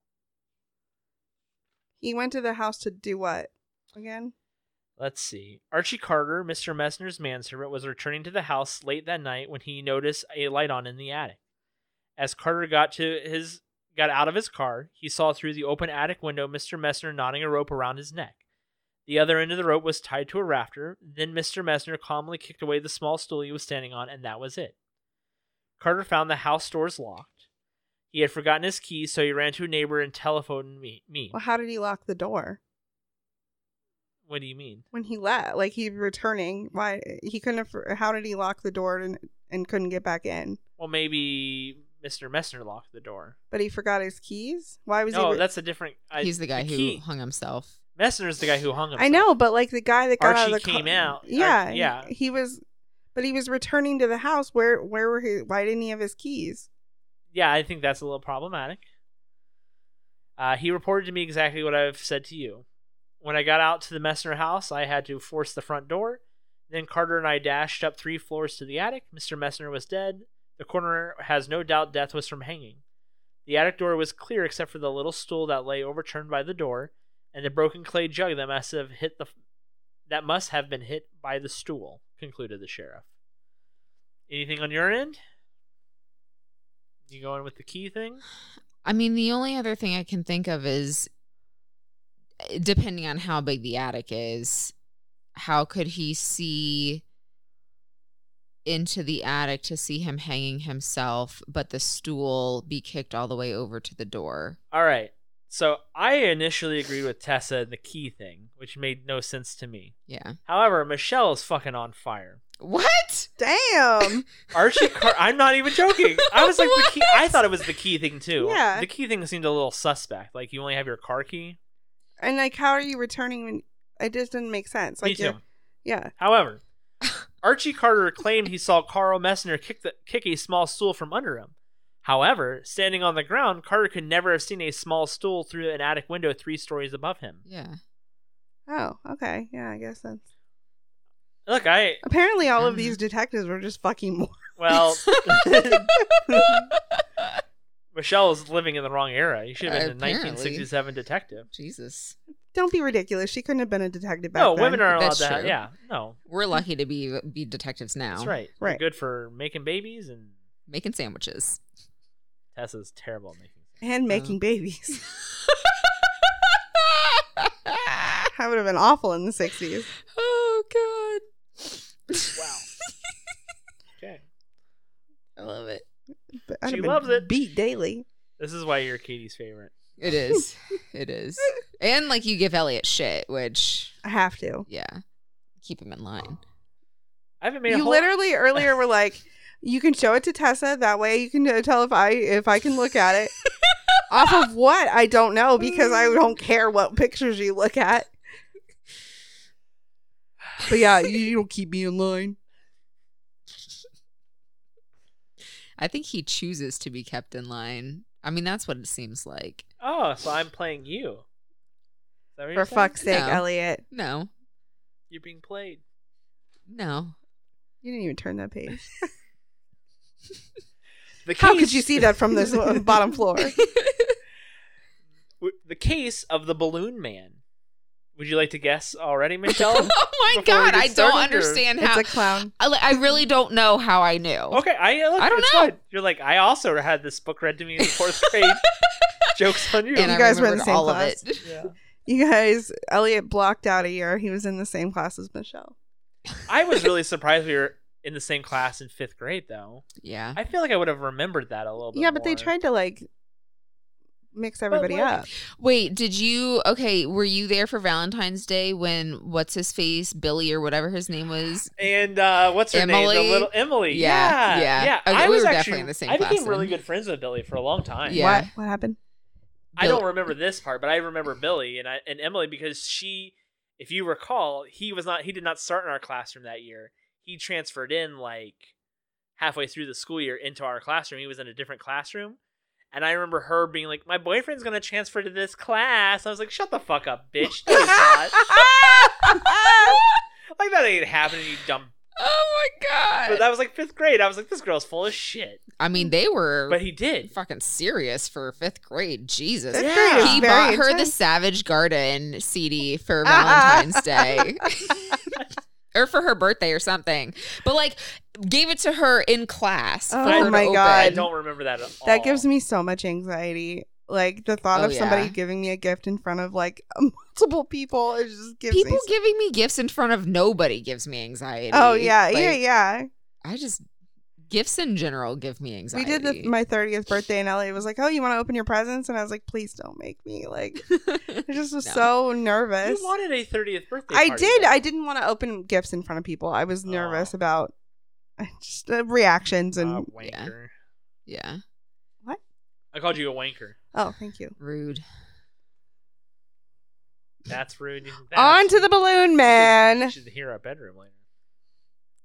Speaker 3: he went to the house to do what? Again?
Speaker 2: Let's see. Archie Carter, Mr. Messner's manservant, was returning to the house late that night when he noticed a light on in the attic. As Carter got to his got out of his car, he saw through the open attic window Mr. Messner knotting a rope around his neck. The other end of the rope was tied to a rafter. Then Mr. Messner calmly kicked away the small stool he was standing on, and that was it. Carter found the house doors locked. He had forgotten his key, so he ran to a neighbor and telephoned me. me.
Speaker 3: Well, how did he lock the door?
Speaker 2: What do you mean?
Speaker 3: When he left, like he returning, why he couldn't have, how did he lock the door and, and couldn't get back in?
Speaker 2: Well, maybe Mr. Messner locked the door.
Speaker 3: But he forgot his keys? Why was
Speaker 2: no,
Speaker 3: he re-
Speaker 2: Oh, that's a different. I,
Speaker 1: He's the guy who
Speaker 2: key-
Speaker 1: hung himself.
Speaker 2: Messner's the guy who hung him.
Speaker 3: I know, but like the guy that got out
Speaker 2: Archie
Speaker 3: of the car-
Speaker 2: came out. Ar-
Speaker 3: Yeah,
Speaker 2: yeah.
Speaker 3: He was, but he was returning to the house. Where where were he? Why didn't he have his keys?
Speaker 2: Yeah, I think that's a little problematic. Uh, he reported to me exactly what I've said to you. When I got out to the Messner house, I had to force the front door. Then Carter and I dashed up three floors to the attic. Mr. Messner was dead. The coroner has no doubt death was from hanging. The attic door was clear except for the little stool that lay overturned by the door, and the broken clay jug that must have hit the that must have been hit by the stool. Concluded the sheriff. Anything on your end? You going with the key thing?
Speaker 1: I mean, the only other thing I can think of is eh, depending on how big the attic is, how could he see into the attic to see him hanging himself, but the stool be kicked all the way over to the door?
Speaker 2: All right. So I initially agreed with Tessa and the key thing, which made no sense to me.
Speaker 1: Yeah.
Speaker 2: However, Michelle is fucking on fire.
Speaker 1: What?
Speaker 3: Damn.
Speaker 2: Archie Car- I'm not even joking. I was like the key I thought it was the key thing too.
Speaker 3: Yeah.
Speaker 2: The key thing seemed a little suspect. Like you only have your car key.
Speaker 3: and like, how are you returning when? It just didn't make sense. Like,
Speaker 2: Me too.
Speaker 3: you're- yeah,
Speaker 2: However, Archie Carter claimed he saw Carl Messner kick, the, kick a small stool from under him. However, standing on the ground, Carter could never have seen a small stool through an attic window three stories above him.
Speaker 1: Yeah.
Speaker 3: Oh, okay. Yeah, I guess that's.
Speaker 2: Look, I
Speaker 3: Apparently, all of
Speaker 1: Mhm.
Speaker 3: these detectives were just fucking more.
Speaker 2: well, Michelle is living in the wrong era. You should have been a
Speaker 1: Apparently.
Speaker 2: 1967 detective.
Speaker 1: Jesus.
Speaker 3: Don't be ridiculous. She couldn't have been a detective back
Speaker 2: no,
Speaker 3: then.
Speaker 2: women aren't allowed
Speaker 1: That's
Speaker 2: to. Have,
Speaker 1: true.
Speaker 2: yeah, no,
Speaker 1: We're lucky to be be detectives now.
Speaker 2: Hmm. that's right. They're
Speaker 3: Right.
Speaker 2: good for making babies, and
Speaker 1: Making sandwiches.
Speaker 2: Tessa's terrible at making.
Speaker 3: and making
Speaker 1: Oh.
Speaker 3: babies. That would have been awful in the sixties.
Speaker 1: oh god.
Speaker 2: Wow. Okay.
Speaker 1: I love it.
Speaker 3: But I should
Speaker 2: She
Speaker 3: have been
Speaker 2: loves it.
Speaker 3: beat daily.
Speaker 2: This is why you're Katie's favorite.
Speaker 1: It is. It is. And like you give Elliot shit, which
Speaker 3: I have to.
Speaker 1: yeah, keep him in line.
Speaker 2: I haven't made a
Speaker 3: you
Speaker 2: whole
Speaker 3: literally earlier were like, you can show it to Tessa. That way, you can uh, tell if I if I can look at it. Off of what I don't know because I don't care what pictures you look at. But yeah, you, you don't keep me in line.
Speaker 1: I think he chooses to be kept in line. I mean, that's what it seems like.
Speaker 2: Oh, so I'm playing you. Is that what you're
Speaker 3: For
Speaker 2: saying?
Speaker 3: fuck's sake,
Speaker 1: No.
Speaker 3: Elliot.
Speaker 1: No,
Speaker 2: You're being played.
Speaker 1: no.
Speaker 3: You didn't even turn that page.
Speaker 2: The
Speaker 3: How could
Speaker 2: case-
Speaker 3: you see that from this uh, bottom floor?
Speaker 2: w- The case of the balloon man. Would you like to guess already, Michelle?
Speaker 1: oh my
Speaker 2: Before we
Speaker 1: god,
Speaker 2: get
Speaker 1: I don't
Speaker 2: started, or-
Speaker 1: understand
Speaker 3: It's
Speaker 1: how.
Speaker 3: a clown.
Speaker 1: I li- I really don't know how I knew.
Speaker 2: okay, I uh, look,
Speaker 1: I don't
Speaker 2: it's
Speaker 1: know.
Speaker 2: fine. You're like I also had this book read to me in the fourth grade. Jokes on you.
Speaker 1: And
Speaker 3: You
Speaker 1: I
Speaker 3: guys were in
Speaker 1: remembered
Speaker 3: the same
Speaker 1: all
Speaker 3: class.
Speaker 1: of it.
Speaker 2: yeah.
Speaker 3: You guys, Elliot blocked out a year. He was in the same class as Michelle.
Speaker 2: I was really surprised we were in the same class in fifth grade, though.
Speaker 1: Yeah.
Speaker 2: I feel like I would have remembered that a little bit.
Speaker 3: Yeah, but they
Speaker 2: more.
Speaker 3: tried to like mix everybody
Speaker 2: like-
Speaker 3: up.
Speaker 1: Wait, did you? Okay, were you there for Valentine's Day when what's his face, Billy or whatever his name was?
Speaker 2: And uh, what's her name?
Speaker 1: Emily?
Speaker 2: The little Emily.
Speaker 1: Yeah,
Speaker 2: Yeah,
Speaker 1: yeah. Okay,
Speaker 2: I
Speaker 1: we
Speaker 2: was
Speaker 1: were
Speaker 2: actually,
Speaker 1: definitely in the same
Speaker 2: I became
Speaker 1: class
Speaker 2: really
Speaker 1: then.
Speaker 2: good friends with Billy for a long time.
Speaker 1: Yeah.
Speaker 3: What? What happened?
Speaker 2: I
Speaker 1: Bill-
Speaker 2: don't remember this part, but I remember Billy and I and Emily because she, if you recall, he was not he did not start in our classroom that year. He transferred in like halfway through the school year into our classroom. He was in a different classroom. And I remember her being like, "My boyfriend's gonna transfer to this class." I was like, "Shut the fuck up, bitch!" No, he's
Speaker 1: Oh,
Speaker 2: not. like that ain't happening, you dumb.
Speaker 1: Oh my
Speaker 2: But that was like fifth grade. I was like, "This girl's full of shit."
Speaker 1: I mean, they were
Speaker 2: But he did.
Speaker 1: fucking serious for fifth grade. Jesus.
Speaker 3: Fifth
Speaker 2: Yeah.
Speaker 3: grade is
Speaker 1: He
Speaker 3: very
Speaker 1: bought her the
Speaker 3: intense.
Speaker 1: Savage Garden CD for Valentine's Day. or for her birthday or something. But like gave it to her in class. for
Speaker 3: Oh
Speaker 1: her to
Speaker 3: my
Speaker 1: open.
Speaker 2: I
Speaker 3: God.
Speaker 2: don't remember that at all.
Speaker 3: That gives me so much anxiety. Like the thought
Speaker 1: Oh,
Speaker 3: of somebody
Speaker 1: yeah.
Speaker 3: giving me a gift in front of like multiple people, it just gives
Speaker 1: People
Speaker 3: me.
Speaker 1: giving me gifts in front of nobody gives me anxiety.
Speaker 3: oh yeah,
Speaker 1: Like,
Speaker 3: yeah, yeah.
Speaker 1: I just gifts in general give me
Speaker 3: We
Speaker 1: anxiety.
Speaker 3: did the, my thirtieth birthday, and Elliot was like, "Oh, you want to open your presents?" And I was like, "Please don't make me." Like, I just was
Speaker 1: No.
Speaker 3: so nervous.
Speaker 2: You wanted a 30th birthday.
Speaker 3: I
Speaker 2: party,
Speaker 3: did.
Speaker 2: though.
Speaker 3: I didn't want to open gifts in front of people. I was nervous
Speaker 2: Oh.
Speaker 3: about I just uh, reactions and.
Speaker 2: Ah,
Speaker 1: yeah.
Speaker 2: wanker.
Speaker 1: yeah.
Speaker 2: I called you a wanker.
Speaker 3: oh, thank you.
Speaker 1: Rude.
Speaker 2: That's rude. You- That's
Speaker 3: On to the balloon
Speaker 2: You
Speaker 3: man.
Speaker 2: should hear our bedroom later.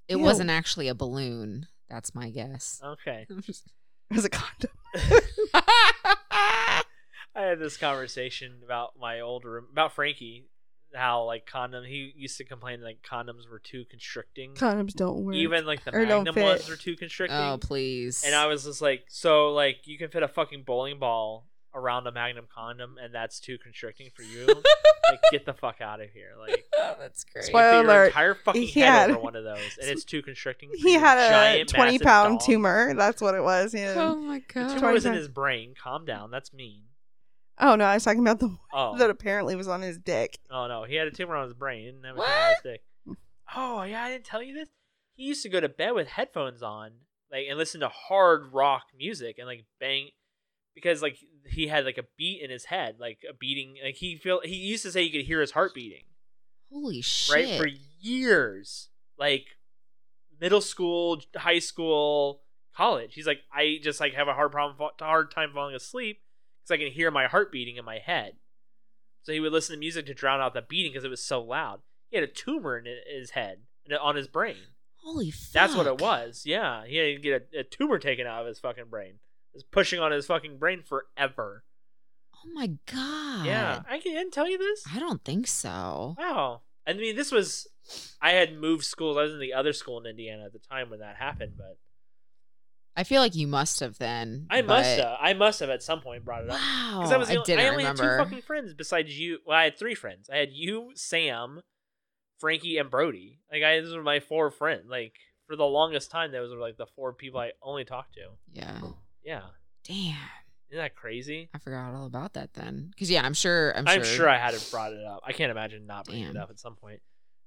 Speaker 1: It
Speaker 3: Ew.
Speaker 1: wasn't actually a balloon. That's my guess.
Speaker 2: Okay.
Speaker 3: It was a condom.
Speaker 2: I had this conversation about my old room about Frankie, how like condom. He used to complain like condoms were too constricting.
Speaker 3: Condoms don't work.
Speaker 2: Even like the
Speaker 3: Or don't
Speaker 2: Magnum
Speaker 3: fit.
Speaker 2: ones were too constricting.
Speaker 1: oh please.
Speaker 2: And I was just like, so like you can fit a fucking bowling ball around a Magnum condom, and that's too constricting for you. like get the fuck out of here. Like
Speaker 1: Oh, that's great.
Speaker 2: you can fit
Speaker 3: Spoiler
Speaker 2: your
Speaker 3: alert.
Speaker 2: entire fucking
Speaker 3: He
Speaker 2: head
Speaker 3: had-
Speaker 2: over one of those, and it's too constricting. for
Speaker 3: he
Speaker 2: your
Speaker 3: had a
Speaker 2: giant,
Speaker 3: twenty
Speaker 2: massive
Speaker 3: pound
Speaker 2: dong.
Speaker 3: tumor. That's what it was.
Speaker 1: Oh
Speaker 3: Yeah.
Speaker 1: my
Speaker 2: The
Speaker 1: god.
Speaker 2: tumor was in
Speaker 3: 25.
Speaker 2: his brain. Calm down. That's mean.
Speaker 3: Oh no, I was talking about the one
Speaker 2: Oh,
Speaker 3: that apparently was on his dick.
Speaker 2: oh no, he had a tumor on his brain. He didn't have a tumor on his
Speaker 1: What?
Speaker 2: dick. Oh yeah, I didn't tell you this. He used to go to bed with headphones on, like and listen to hard rock music and like bang, because like he had like a beat in his head, like a beating. Like he feel he used to say he could hear his heart beating.
Speaker 1: Holy shit.
Speaker 2: right for years like middle school high school college he's like i just like have a hard problem fa- hard time falling asleep because i can hear my heart beating in my head so he would listen to music to drown out the beating because it was so loud he had a tumor in i- his head and on his brain
Speaker 1: Holy fuck.
Speaker 2: that's what it was yeah he had to get a, a tumor taken out of his fucking brain it's pushing on his fucking brain forever
Speaker 1: Oh my god.
Speaker 2: yeah i can I didn't tell you this
Speaker 1: I don't think so.
Speaker 2: Wow. I mean, this was. I had moved schools. I was in the other school in Indiana at the time when that happened, but
Speaker 1: I feel like you must have then.
Speaker 2: I must
Speaker 1: but-
Speaker 2: have. I must have at some point brought it up
Speaker 1: Wow.
Speaker 2: because I was. The,
Speaker 1: I
Speaker 2: only-
Speaker 1: didn't
Speaker 2: I only
Speaker 1: remember.
Speaker 2: had two fucking friends besides you. Well, I had three friends. I had you, Sam, Frankie, and Brody. Like I, those were my four friends. Like for the longest time, those were like the four people I only talked to.
Speaker 1: yeah.
Speaker 2: Yeah,
Speaker 1: Damn.
Speaker 2: isn't that crazy?
Speaker 1: I forgot all about that then. Because yeah, I'm sure. I'm,
Speaker 2: I'm
Speaker 1: sure.
Speaker 2: sure I had it brought it up. I can't imagine not bringing
Speaker 1: Damn.
Speaker 2: it up at some point.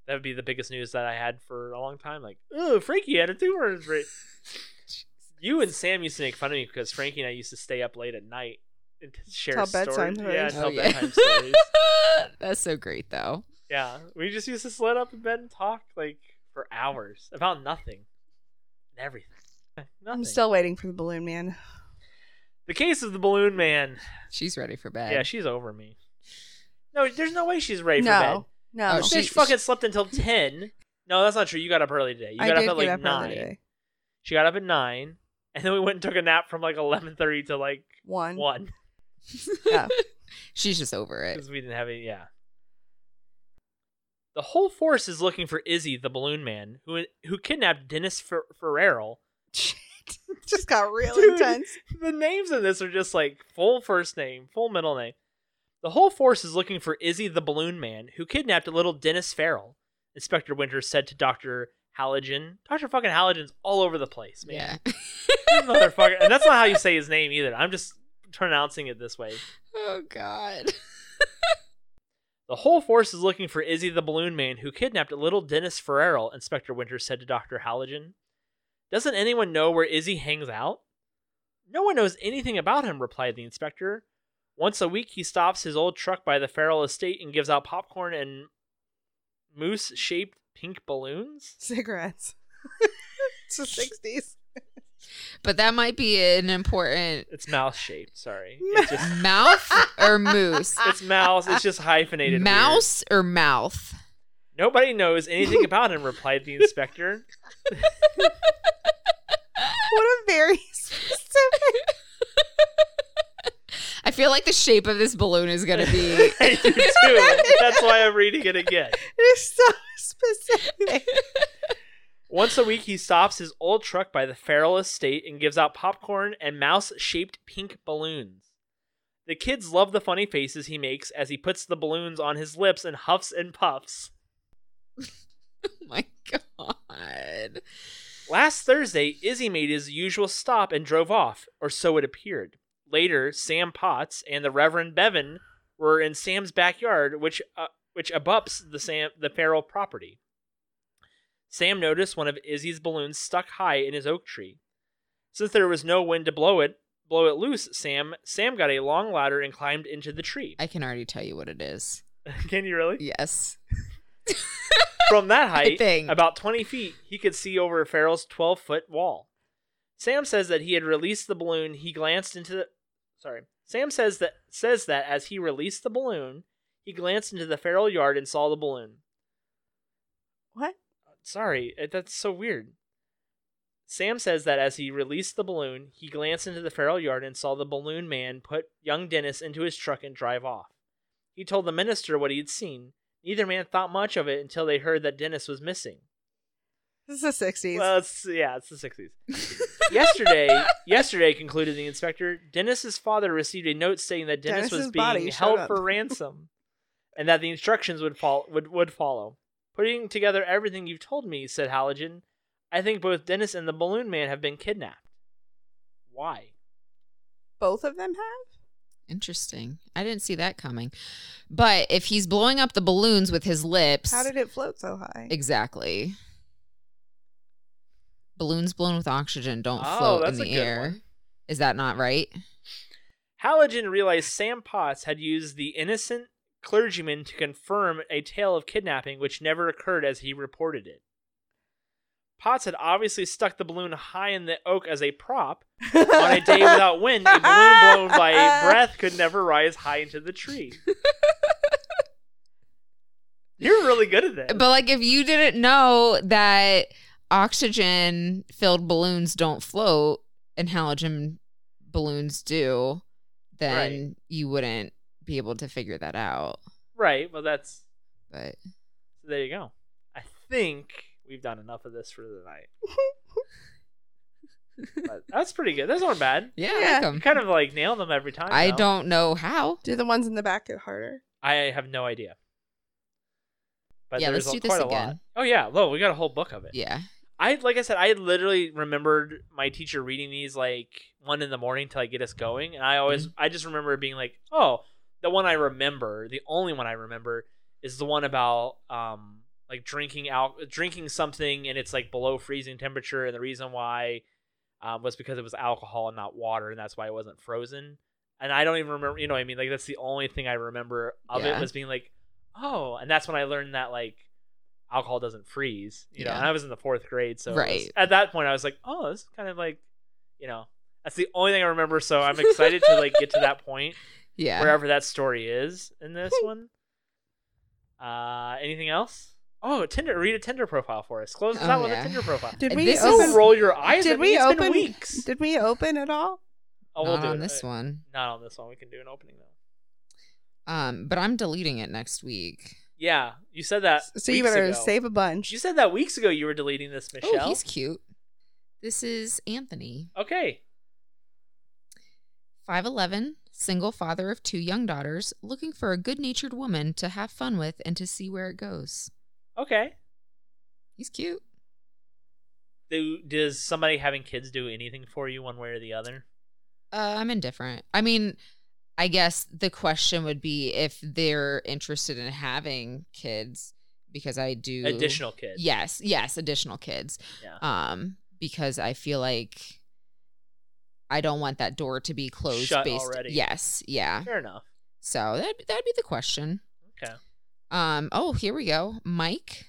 Speaker 2: That would be the biggest news that I had for a long time. Like, oh, Frankie had a tumor in his brain. You and Sam used to make fun of me because Frankie and I used to stay up late at night and t- share
Speaker 3: Tell
Speaker 2: stories.
Speaker 3: bedtime
Speaker 2: Yeah,
Speaker 3: stories.
Speaker 2: tell
Speaker 1: Oh, yeah.
Speaker 2: bedtime stories.
Speaker 1: That's so great, though.
Speaker 2: Yeah, we just used to sit up in bed and talk like for hours about nothing, and everything. Nothing.
Speaker 3: I'm still waiting for the balloon man.
Speaker 2: the case of the balloon man.
Speaker 1: She's ready for bed.
Speaker 2: Yeah, she's over me. No, there's no way she's ready for bed.
Speaker 3: No, no.
Speaker 1: Oh,
Speaker 2: Bitch
Speaker 1: she-
Speaker 2: fucking slept until ten. No, that's not true. You got up early today. You got up at like
Speaker 3: early
Speaker 2: nine.
Speaker 3: today.
Speaker 2: She got up at nine, and then we went and took a nap from like eleven thirty to like
Speaker 3: One.
Speaker 2: one
Speaker 3: Yeah.
Speaker 1: She's just over it.
Speaker 2: because we didn't have any. Yeah. The whole force is looking for Izzy, the balloon man, who who kidnapped Dennis Fer- Ferrero.
Speaker 3: Shit. Just got real
Speaker 2: Dude.
Speaker 3: intense.
Speaker 2: the names in this are just like full first name, full middle name. The whole force is looking for Izzy the Balloon Man, who kidnapped little Dennis Farrell. Inspector Winters said to Doctor Halogen. Doctor fucking Halogen's all over the place, man.
Speaker 1: Yeah.
Speaker 2: This motherfucker. And that's not how you say his name either. I'm just pronouncing it this way.
Speaker 1: Oh God.
Speaker 2: The whole force is looking for Izzy the Balloon Man, who kidnapped little Dennis Farrell, Inspector Winters said to Dr. Halogen. Doesn't anyone know where Izzy hangs out? No one knows anything about him, replied the inspector. Once a week, he stops his old truck by the Farrell estate and gives out popcorn and moose shaped pink balloons?
Speaker 3: Cigarettes. it's the 60s.
Speaker 1: But that might be an important
Speaker 2: It's mouse shaped, sorry. It's just.
Speaker 1: mouth or moose.
Speaker 2: It's mouse. It's just hyphenated. weird.
Speaker 1: Mouse or mouth.
Speaker 2: Nobody knows anything about him, replied the inspector.
Speaker 3: What a very specific.
Speaker 1: I feel like the shape of this balloon is gonna be.
Speaker 2: I do too. That's why I'm reading it again.
Speaker 3: It is so specific.
Speaker 2: Once a week, he stops his old truck by the Farrell estate and gives out popcorn and mouse shaped pink balloons. The kids love the funny faces he makes as he puts the balloons on his lips and huffs and puffs.
Speaker 1: oh my God.
Speaker 2: Last Thursday, Izzy made his usual stop and drove off, or so it appeared. Later, Sam Potts and the Reverend Bevan were in Sam's backyard, which uh, which abuts the Sam the Farrell property. Sam noticed one of Izzy's balloons stuck high in his oak tree. Since there was no wind to blow it blow it loose, Sam Sam got a long ladder and climbed into the tree.
Speaker 1: I can already tell you what it is.
Speaker 2: Can you really?
Speaker 1: Yes.
Speaker 2: From that height,
Speaker 1: think.
Speaker 2: about 20 feet, he could see over Farrell's 12 foot wall. Sam says that he had released the balloon. He glanced into the. Sorry. Sam says that says that as he released the balloon, he glanced into the Farrell yard and saw the balloon.
Speaker 3: What?
Speaker 2: Sorry, eh, that's so weird. Sam says that as he released the balloon, he glanced into the Farrell yard and saw the balloon man put young Dennis into his truck and drive off. He told the minister what he had seen. Neither man thought much of it until they heard that Dennis was missing.
Speaker 3: This is the 60s.
Speaker 2: Well, it's, yeah, it's the sixties. yesterday, yesterday concluded the inspector. Dennis's father received a note saying that Dennis
Speaker 3: Dennis's
Speaker 2: was being
Speaker 3: body showed
Speaker 2: held
Speaker 3: up.
Speaker 2: for ransom, and that the instructions would fall would, would follow. Putting together everything you've told me," said Halogen, "I think both Dennis and the balloon man have been kidnapped. Why?
Speaker 3: Both of them have?
Speaker 1: Interesting. I didn't see that coming. But if he's blowing up the balloons with his lips,
Speaker 3: How did it float so high?
Speaker 1: exactly? Balloons blown with oxygen don't
Speaker 2: Oh,
Speaker 1: float in
Speaker 2: that's a
Speaker 1: the
Speaker 2: good
Speaker 1: air.
Speaker 2: one.
Speaker 1: Is that not right?
Speaker 2: Halogen realized Sam Potts had used the innocent clergyman to confirm a tale of kidnapping which never occurred as he reported it. Potts had obviously stuck the balloon high in the oak as a prop. On a day without wind, a balloon blown by a breath could never rise high into the tree. You're really good at that.
Speaker 1: But like, if you didn't know that oxygen-filled balloons don't float and halogen balloons do, then you wouldn't be able to figure that out.
Speaker 2: right, well, that's.
Speaker 1: But
Speaker 2: There you go. I think we've done enough of this for the night. but that's pretty good. That's not bad.
Speaker 1: yeah, I
Speaker 3: Yeah.
Speaker 1: like 'em.
Speaker 2: You kind of like nail them every time.
Speaker 1: I
Speaker 2: though.
Speaker 1: don't know how.
Speaker 3: Do the ones in the back get harder?
Speaker 2: I have no idea. But
Speaker 1: Yeah,
Speaker 2: there's
Speaker 1: let's do
Speaker 2: a-
Speaker 1: this
Speaker 2: quite a lot.
Speaker 1: again.
Speaker 2: Oh yeah, look, we got a whole book of it.
Speaker 1: Yeah.
Speaker 2: I like I said, I literally remembered my teacher reading these like one in the morning to like get us going, and I always I just remember being like, oh, the one I remember, the only one I remember is the one about um like drinking out drinking something and it's like below freezing temperature and the reason why um, was because it was alcohol and not water, and that's why it wasn't frozen. And I don't even remember, you know, what I mean, like that's the only thing I remember of
Speaker 1: Yeah.
Speaker 2: it was being like, oh, and that's when I learned that like alcohol doesn't freeze, you know.
Speaker 1: Yeah.
Speaker 2: And I was in the fourth grade, so it was-
Speaker 1: Right.
Speaker 2: at that point I was like, oh, this is kind of like, you know, that's the only thing I remember. So I'm excited to like get to that point
Speaker 1: Yeah.
Speaker 2: wherever that story is in this one. Uh, anything else? Oh, Tinder. Read a Tinder profile for us. Close us
Speaker 1: Oh,
Speaker 2: out with a
Speaker 1: yeah.
Speaker 2: Tinder profile.
Speaker 3: Did
Speaker 1: Uh,
Speaker 3: we
Speaker 1: this
Speaker 3: open?
Speaker 1: is-
Speaker 2: Don't roll your eyes.
Speaker 3: Did
Speaker 2: at
Speaker 3: we
Speaker 2: me. It's
Speaker 3: open?
Speaker 2: been weeks?
Speaker 3: Did we open at all?
Speaker 2: oh, we'll
Speaker 1: Not
Speaker 2: do
Speaker 1: on
Speaker 2: it.
Speaker 1: Um, this one.
Speaker 2: Not on this one. We can do an opening though.
Speaker 1: Um, but I'm deleting it next week.
Speaker 2: Yeah, you said that.
Speaker 3: So you
Speaker 2: weeks
Speaker 3: better
Speaker 2: ago.
Speaker 3: save a bunch.
Speaker 2: You said that weeks ago. You were deleting this,
Speaker 1: Oh,
Speaker 2: Michelle.
Speaker 1: he's cute. This is Anthony.
Speaker 2: okay.
Speaker 1: 5'11, single father of two young daughters, looking for a good natured woman to have fun with and to see where it goes.
Speaker 2: Okay.
Speaker 1: He's cute.
Speaker 2: Do, does somebody having kids do anything for you one way or the other?
Speaker 1: Uh, I'm indifferent. I mean, I guess the question would be if they're interested in having kids because I do
Speaker 2: Additional kids.
Speaker 1: Yes, yes, additional kids.
Speaker 2: Yeah.
Speaker 1: Um, because I feel like I don't want that door to be closed
Speaker 2: Shut
Speaker 1: based
Speaker 2: already.
Speaker 1: Yes, yeah.
Speaker 2: Fair enough.
Speaker 1: So that that'd be the question.
Speaker 2: Okay.
Speaker 1: Um, oh, here we go. Mike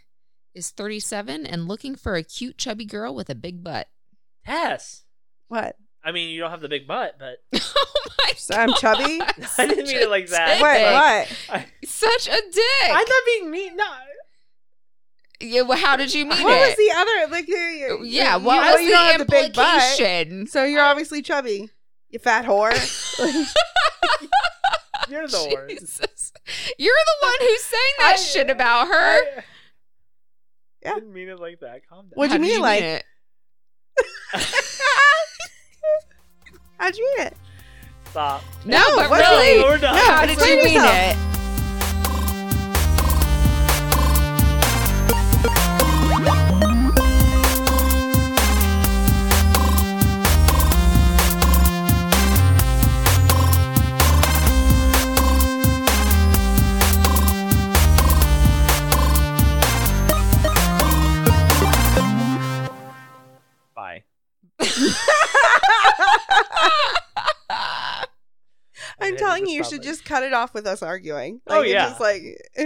Speaker 1: is 37 and looking for a cute, chubby girl with a big butt.
Speaker 2: Tess.
Speaker 3: What?
Speaker 2: I mean, you don't have the big butt, but
Speaker 1: oh my
Speaker 3: So I'm chubby?
Speaker 2: I didn't mean it like that.
Speaker 3: Wait,
Speaker 2: Hey.
Speaker 3: what?
Speaker 2: I,
Speaker 1: Such a dick.
Speaker 2: I'm not being mean. No,
Speaker 1: yeah, well, how did you mean
Speaker 3: What
Speaker 1: it?
Speaker 3: was the other? Like, you, you,
Speaker 1: yeah,
Speaker 3: you-
Speaker 1: what
Speaker 3: you know
Speaker 1: was
Speaker 3: you don't have
Speaker 1: the
Speaker 3: the big butt,
Speaker 1: implication?
Speaker 3: So you're obviously chubby. You fat whore.
Speaker 2: you're the worst.
Speaker 1: Jesus. You're the one who's saying that
Speaker 2: I-
Speaker 1: shit about her.
Speaker 2: I,
Speaker 3: Yeah.
Speaker 2: didn't mean it like that. Calm down.
Speaker 3: What'd
Speaker 1: How
Speaker 3: you
Speaker 1: did
Speaker 3: mean, like-
Speaker 1: it?
Speaker 3: How'd you eat it?
Speaker 2: Stop.
Speaker 1: No,
Speaker 3: No,
Speaker 1: but
Speaker 3: what do you
Speaker 1: really,
Speaker 2: mean? We're done.
Speaker 1: how did
Speaker 3: Explain
Speaker 1: you mean
Speaker 3: yourself.
Speaker 1: it?
Speaker 2: Bye.
Speaker 3: I'm
Speaker 2: had to
Speaker 3: telling you, you
Speaker 2: stop
Speaker 3: should
Speaker 2: it.
Speaker 3: just cut it off with us arguing.
Speaker 2: Oh,
Speaker 3: Like, it
Speaker 2: yeah.
Speaker 3: Just like